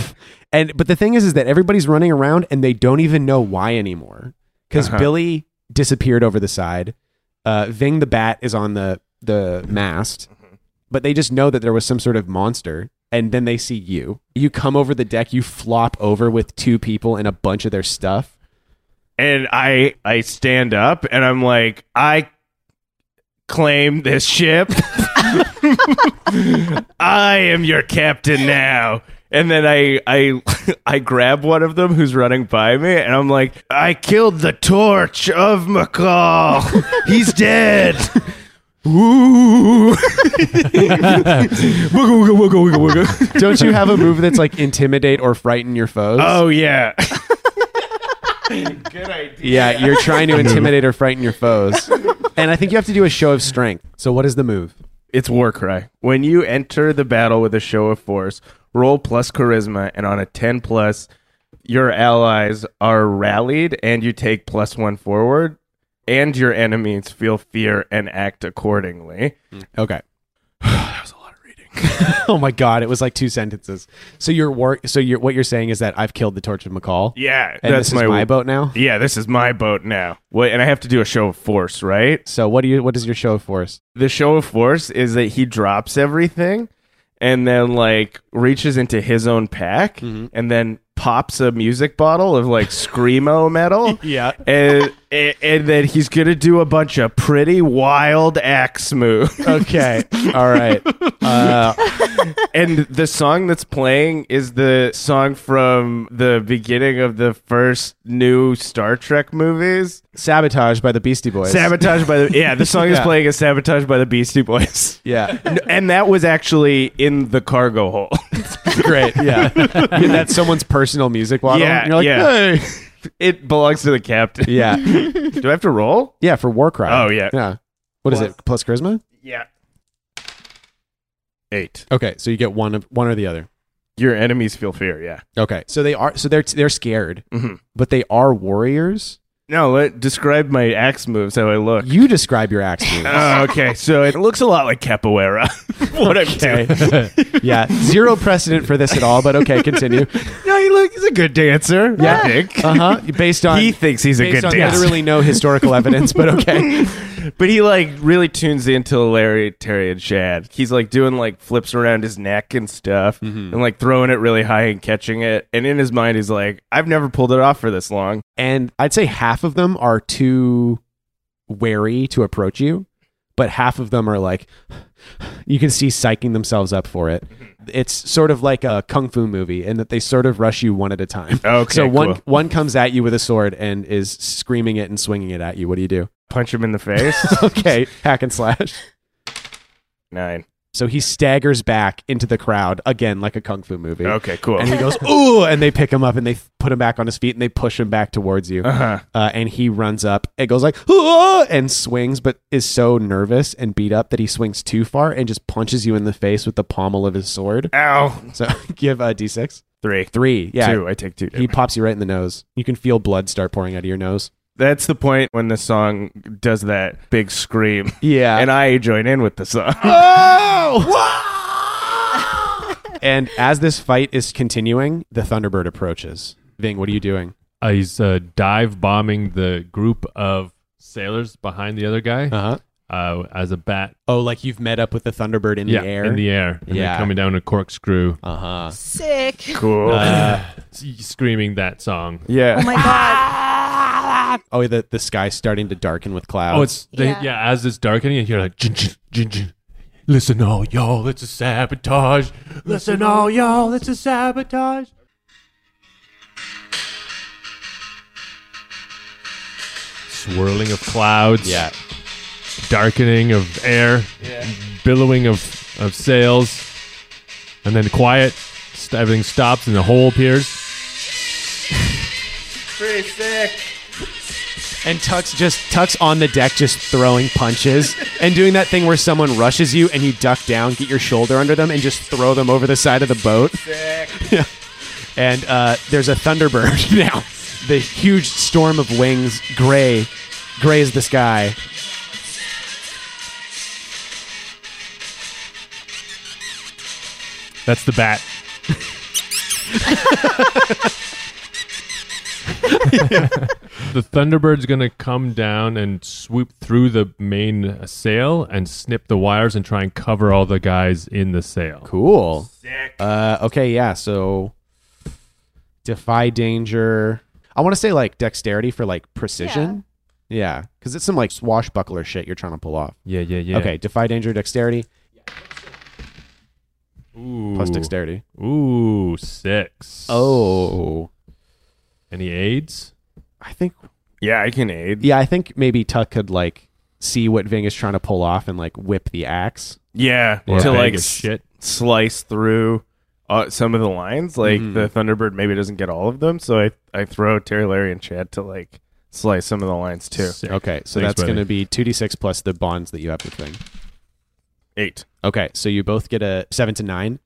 And but the thing is is that everybody's running around and they don't even know why anymore. Because Uh-huh. Billy disappeared over the side. Uh Ving the Bat is on the the mast. Mm-hmm. But they just know that there was some sort of monster. And then they see you. You come over the deck, you flop over with two people and a bunch of their stuff. and I I stand up and I'm like, I claim this ship. (laughs) I am your captain now. And then I I (laughs) I grab one of them who's running by me and I'm like, I killed the torch of McCall. (laughs) He's dead. (laughs) Ooh. Wugga, wugga, wugga, wugga, wugga. Don't you have a move that's like intimidate or frighten your foes? (laughs) Oh yeah. Good idea. Yeah, you're trying (laughs) to intimidate or frighten your foes. And I think you have to do a show of strength. So what is the move? It's war cry. When you enter the battle with a show of force, roll plus charisma, and on a ten plus, your allies are rallied, and you take plus one forward, and your enemies feel fear and act accordingly. Okay. (sighs) that was a lot of reading. (laughs) oh my god, it was like two sentences. So your war so you're what you're saying is that I've killed the torch of McCall. Yeah, And that's this is my, boat now. Yeah, this is my boat now. Wait, and I have to do a show of force, right? So what do you what is your show of force? the show of force is that he drops everything and then like reaches into his own pack and then pops a music bottle of like (laughs) screamo metal Yeah. and, and and then he's gonna do a bunch of pretty wild axe moves Okay. All right. Uh, (laughs) and the song that's playing is the song from the beginning of the first new star trek movies sabotage by the Beastie Boys. sabotage by the (laughs) yeah the song is Yeah. playing is sabotage by the beastie boys yeah. (laughs) No, and that was actually in the cargo (laughs) hole. Great. (laughs) Yeah. That's someone's personal music bottle. Yeah, And you're like, (laughs) yeah. "Hey." it belongs to the captain. Yeah. (laughs) Do I have to roll? Yeah, for Warcry. Oh, yeah. Yeah. What is it? Plus charisma? Yeah. Eight. Okay, so you get one of one or the other. Your enemies feel fear. Yeah. Okay, so they are so they're they're scared, Mhm. but they are warriors. No, let, describe my axe moves how I look. You describe your axe (laughs) moves. Oh, okay. So it looks a lot like capoeira. (laughs) what I'm doing. (laughs) yeah, zero precedent for this at all. But okay, continue. (laughs) No, he look, he's a good dancer. Yeah. I think. Uh huh. Based on he thinks he's a based good on dancer. literally no historical evidence, but okay. (laughs) But he like really tunes into Larry, Terry, and Shad. He's like doing like flips around his neck and stuff, and like throwing it really high and catching it. And in his mind, he's like, "I've never pulled it off for this long." And I'd say half of them are too wary to approach you, but half of them are like you can see psyching themselves up for it. Mm-hmm. It's sort of like a kung fu movie, in that they sort of rush you one at a time. Okay, So one cool. one comes at you with a sword and is screaming it and swinging it (laughs) at you. What do you do? (laughs) punch him in the face. okay, hack and slash. Nine. So he staggers back into the crowd again, like a kung fu movie. Okay, cool. And he (laughs) goes, ooh, and they pick him up and they th- put him back on his feet and they push him back towards you. Uh-huh. Uh, and he runs up and goes like, "Ah!" and swings, but is so nervous and beat up that he swings too far and just punches you in the face with the pommel of his sword. Ow. So (laughs) give a d6. Three. Three. Yeah. Two. I take two. He pops you right in the nose. You can feel blood start pouring out of your nose. That's the point when the song does that big scream. Yeah. And I join in with the (laughs) song. Oh! and as this fight is continuing, the Thunderbird approaches. Ving, what are you doing? Uh, he's uh, dive bombing the group of sailors behind the other guy Uh huh. uh, as a bat Oh, like you've met up with the Thunderbird in yeah, the air. in the air. And Yeah. yeah, coming down a corkscrew, uh, uh-huh. (laughs) Sick. cool. Uh. s- screaming that song. yeah. Oh my (laughs) god. Oh, the the sky's starting to darken with clouds. Oh, it's they, Yeah. yeah. As it's darkening, you hear like jin jin jin jin. Listen, all y'all, it's a sabotage. Listen, all y'all, it's a sabotage. Swirling of clouds, yeah. darkening of air, billowing of of sails, and then quiet. St- Everything stops, and the hole appears. Pretty sick. And Tuck's just Tuck's on the deck, just throwing (laughs) punches and doing that thing where someone rushes you and you duck down, get your shoulder under them, and just throw them over the side of the boat. Yeah. (laughs) And uh, there's a thunderbird (laughs) now. The huge storm of wings, gray, grays the sky. That's the bat. the Thunderbird's gonna come down and swoop through the main uh, sail and snip the wires and try and cover all the guys in the sail. Cool. Uh, okay, yeah. So defy danger. I want to say like dexterity for like precision. Yeah, because it's some like swashbuckler shit you're trying to pull off. Yeah, yeah, yeah. Okay, defy danger, dexterity Ooh. plus dexterity. Ooh, six. Oh, Any aids? I think Yeah, I can aid. yeah, I think maybe Tuck could like see what Ving is trying to pull off and like whip the axe. Yeah. Or a To bag like of s- shit. slice through uh, some of the lines. Like the Mm-hmm. Thunderbird maybe doesn't get all of them. So I, I throw Terry, Larry, and Chad to like slice some of the lines too. Sick. Okay, so Thanks, that's buddy. going to be two d six plus the bonds that you have with Ving. Eight. Okay, so you both get a seven to nine.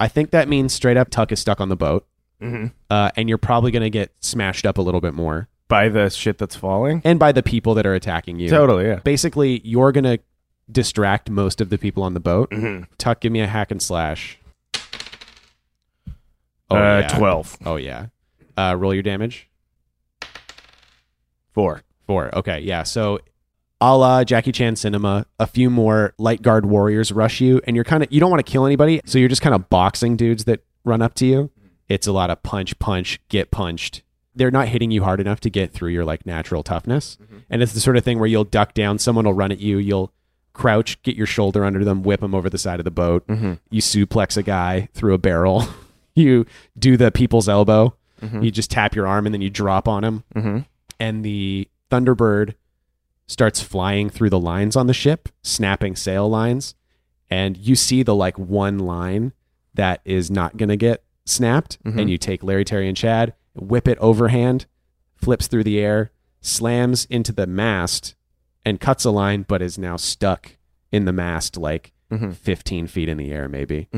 I think that means straight up Tuck is stuck on the boat. Mm-hmm. uh, and you're probably going to get smashed up a little bit more, By the shit that's falling. and by the people that are attacking you. Totally. Yeah. Basically, you're going to distract most of the people on the boat. Mm-hmm. Tuck, give me a hack and slash. Oh, uh, yeah. Twelve. Oh, yeah. Uh, roll your damage. Four. Four. Okay, yeah. So, a la Jackie Chan cinema, a few more light guard warriors rush you, and you're kind of, you don't want to kill anybody, so you're just kind of boxing dudes that run up to you. It's a lot of punch, punch, get punched. They're not hitting you hard enough to get through your like natural toughness. And it's the sort of thing where you'll duck down, someone will run at you, you'll crouch, get your shoulder under them, whip them over the side of the boat. Mm-hmm. You suplex a guy through a barrel. (laughs) you do the people's elbow. You just tap your arm and then you drop on him Mm-hmm. and the Thunderbird starts flying through the lines on the ship, snapping sail lines, and you see the like one line that is not going to get snapped, and you take Larry, Terry, and Chad, whip it overhand, flips through the air, slams into the mast, and cuts a line, but is now stuck in the mast like 15 feet in the air, maybe.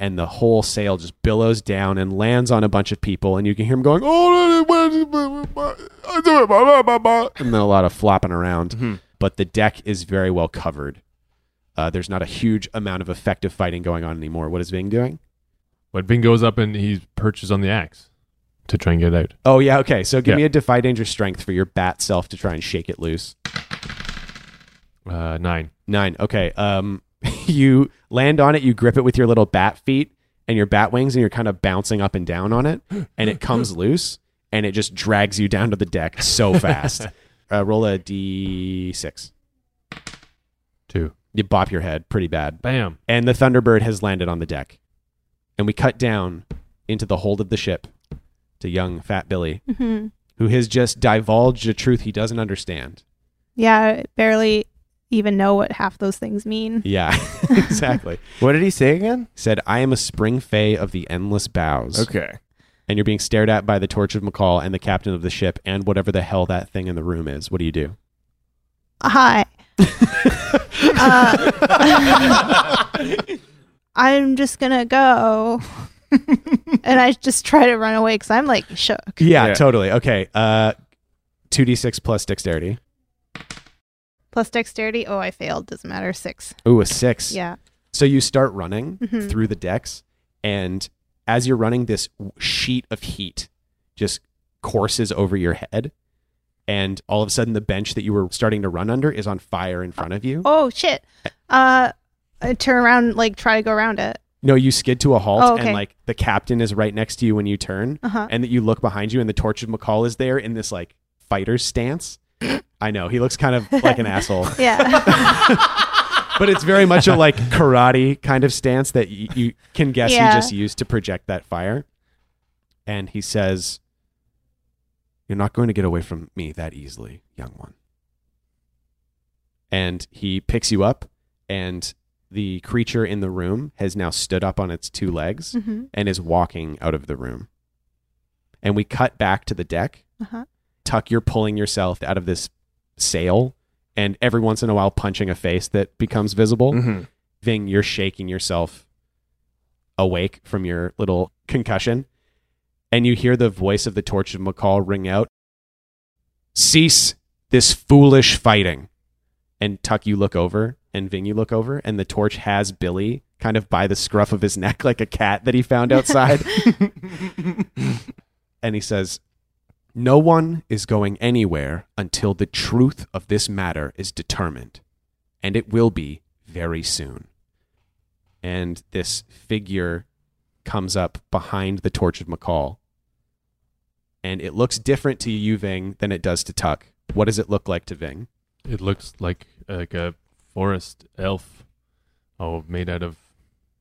And the whole sail just billows down and lands on a bunch of people, and you can hear them going, "Oh, what is it, what is it, what is it, I do it, blah, blah, blah, blah," and then a lot of flopping around. But the deck is very well covered. Uh, there's not a huge amount of effective fighting going on anymore. What is Ving doing? But Bing goes up and he perches on the axe to try and get out. Oh yeah, okay. So give Yeah. me a defy danger strength for your bat self to try and shake it loose. Uh, nine. Nine. Okay. Um, (laughs) you land on it. You grip it with your little bat feet and your bat wings, and you're kind of bouncing up and down on it, and it comes loose, and it just drags you down to the deck so fast. uh, roll a d6. Two. You bop your head pretty bad, Bam. and the Thunderbird has landed on the deck, and we cut down into the hold of the ship to young Fat Billy, Mhm. who has just divulged a truth he doesn't understand. Yeah, barely even know what half those things mean. Yeah, (laughs) exactly. What did he say again? Said, I am a spring fay of the endless bows. Okay. And you're being stared at by the tortured McCall and the captain of the ship and whatever the hell that thing in the room is. What do you do? Hi. Uh, (laughs) I'm just gonna go, and I just try to run away because I'm like shook. Yeah, Yeah. totally. Okay. Uh, 2d6 plus dexterity. Plus dexterity. Oh, I failed. Doesn't matter. Six. Ooh, a six. Yeah. So you start running Mhm. through the decks, and as you're running, this w- sheet of heat just courses over your head. And all of a sudden, the bench that you were starting to run under is on fire in front of you. Oh shit. Uh, I turn around, and, like try to go around it. No, you skid to a halt, Oh, okay. and like the captain is right next to you when you turn, Uh huh. and that you look behind you, and the tortured McCall is there in this like fighter (gasps) stance. I know he looks kind of like an (laughs) asshole, Yeah. but it's very much a like karate kind of stance that you, you can guess Yeah. he just used to project that fire. And he says, You're not going to get away from me that easily, young one. And he picks you up, and the creature in the room has now stood up on its two legs hmm and is walking out of the room. And we cut back to the deck. Uh-huh. Tuck, you're pulling yourself out of this sail and every once in a while punching a face that becomes visible. Mm-hmm. Ving, you're shaking yourself awake from your little concussion. And you hear the voice of the tortured McCall ring out Cease this foolish fighting. And Tuck, you look over, and Ving, you look over, and the torch has Billy kind of by the scruff of his (laughs) neck like a cat that he found outside. and he says, No one is going anywhere until the truth of this matter is determined, and it will be very soon. And this figure comes up behind the tortured McCall, and it looks different to you, Ving, than it does to Tuck. What does it look like to Ving? It looks like like a forest elf, oh, made out of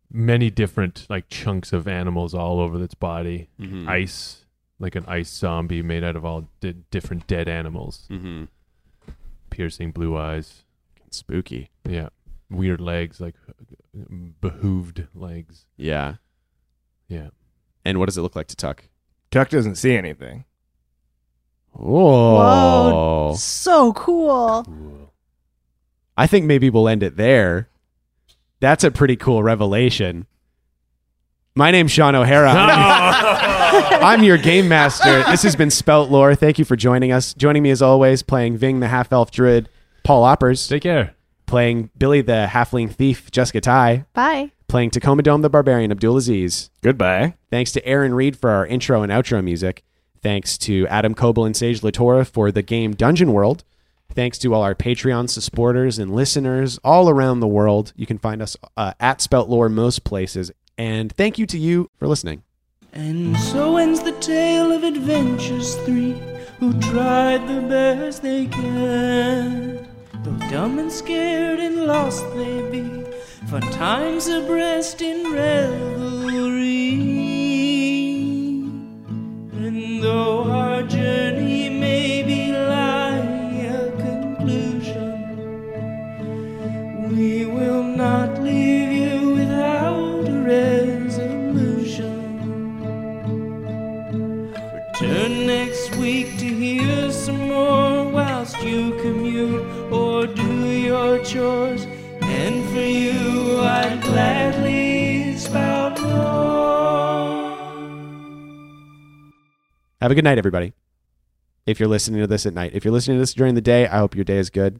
many different like chunks of animals all over its body. Hmm. Ice, like an ice zombie made out of all di- different dead animals. Mm-hmm. Piercing blue eyes. Spooky. Yeah, weird legs, like behooved legs. Yeah. Yeah. And what does it look like to Tuck? Tuck doesn't see anything. Oh. so cool. I think maybe we'll end it there. That's a pretty cool revelation. My name's Sean O'Hara. I'm, (laughs) I'm your game master. This has been Spelt Lore. Thank you for joining us. Joining me as always, playing Ving the half elf druid, Paul Oppers, Take care. playing Billy the halfling thief, Jessica Ty, Bye. playing Tacoma Dome the barbarian, Abdul Aziz. Goodbye. Thanks to Aaron Reed for our intro and outro music. Thanks to Adam Coble and Sage Latora for the game Dungeon World. Thanks to all our Patreon supporters and listeners all around the world. You can find us uh, at Spelt Lore most places. And thank you to you for listening. And so ends the tale of adventures three who tried the best they can. Though dumb and scared and lost they be, for time's abreast in revelry. And though our journey may be lying a conclusion, we will not leave you without a resolution. Return next week to hear some more whilst you commute or do your chores. And for you, I'd gladly spout more. Have a good night, everybody. If you're listening to this at night, if you're listening to this during the day, I hope your day is good.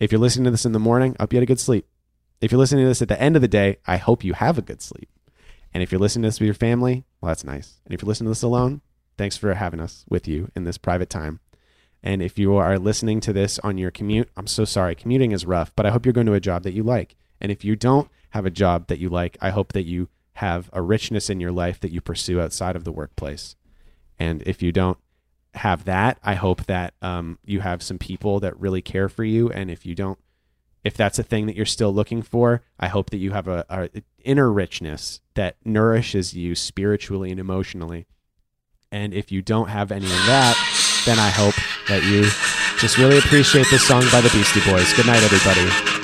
If you're listening to this in the morning, I hope you had a good sleep. If you're listening to this at the end of the day, I hope you have a good sleep. And if you're listening to this with your family, well, that's nice. And if you're listening to this alone, thanks for having us with you in this private time. And if you are listening to this on your commute, I'm so sorry. Commuting is rough, but I hope you're going to a job that you like. And if you don't have a job that you like, I hope that you have a richness in your life that you pursue outside of the workplace. And if you don't have that, I hope that um, you have some people that really care for you. And if you don't, if that's a thing that you're still looking for, I hope that you have a, a inner richness that nourishes you spiritually and emotionally. And if you don't have any of that, then I hope that you Just really appreciate this song by the Beastie Boys. Good night, everybody.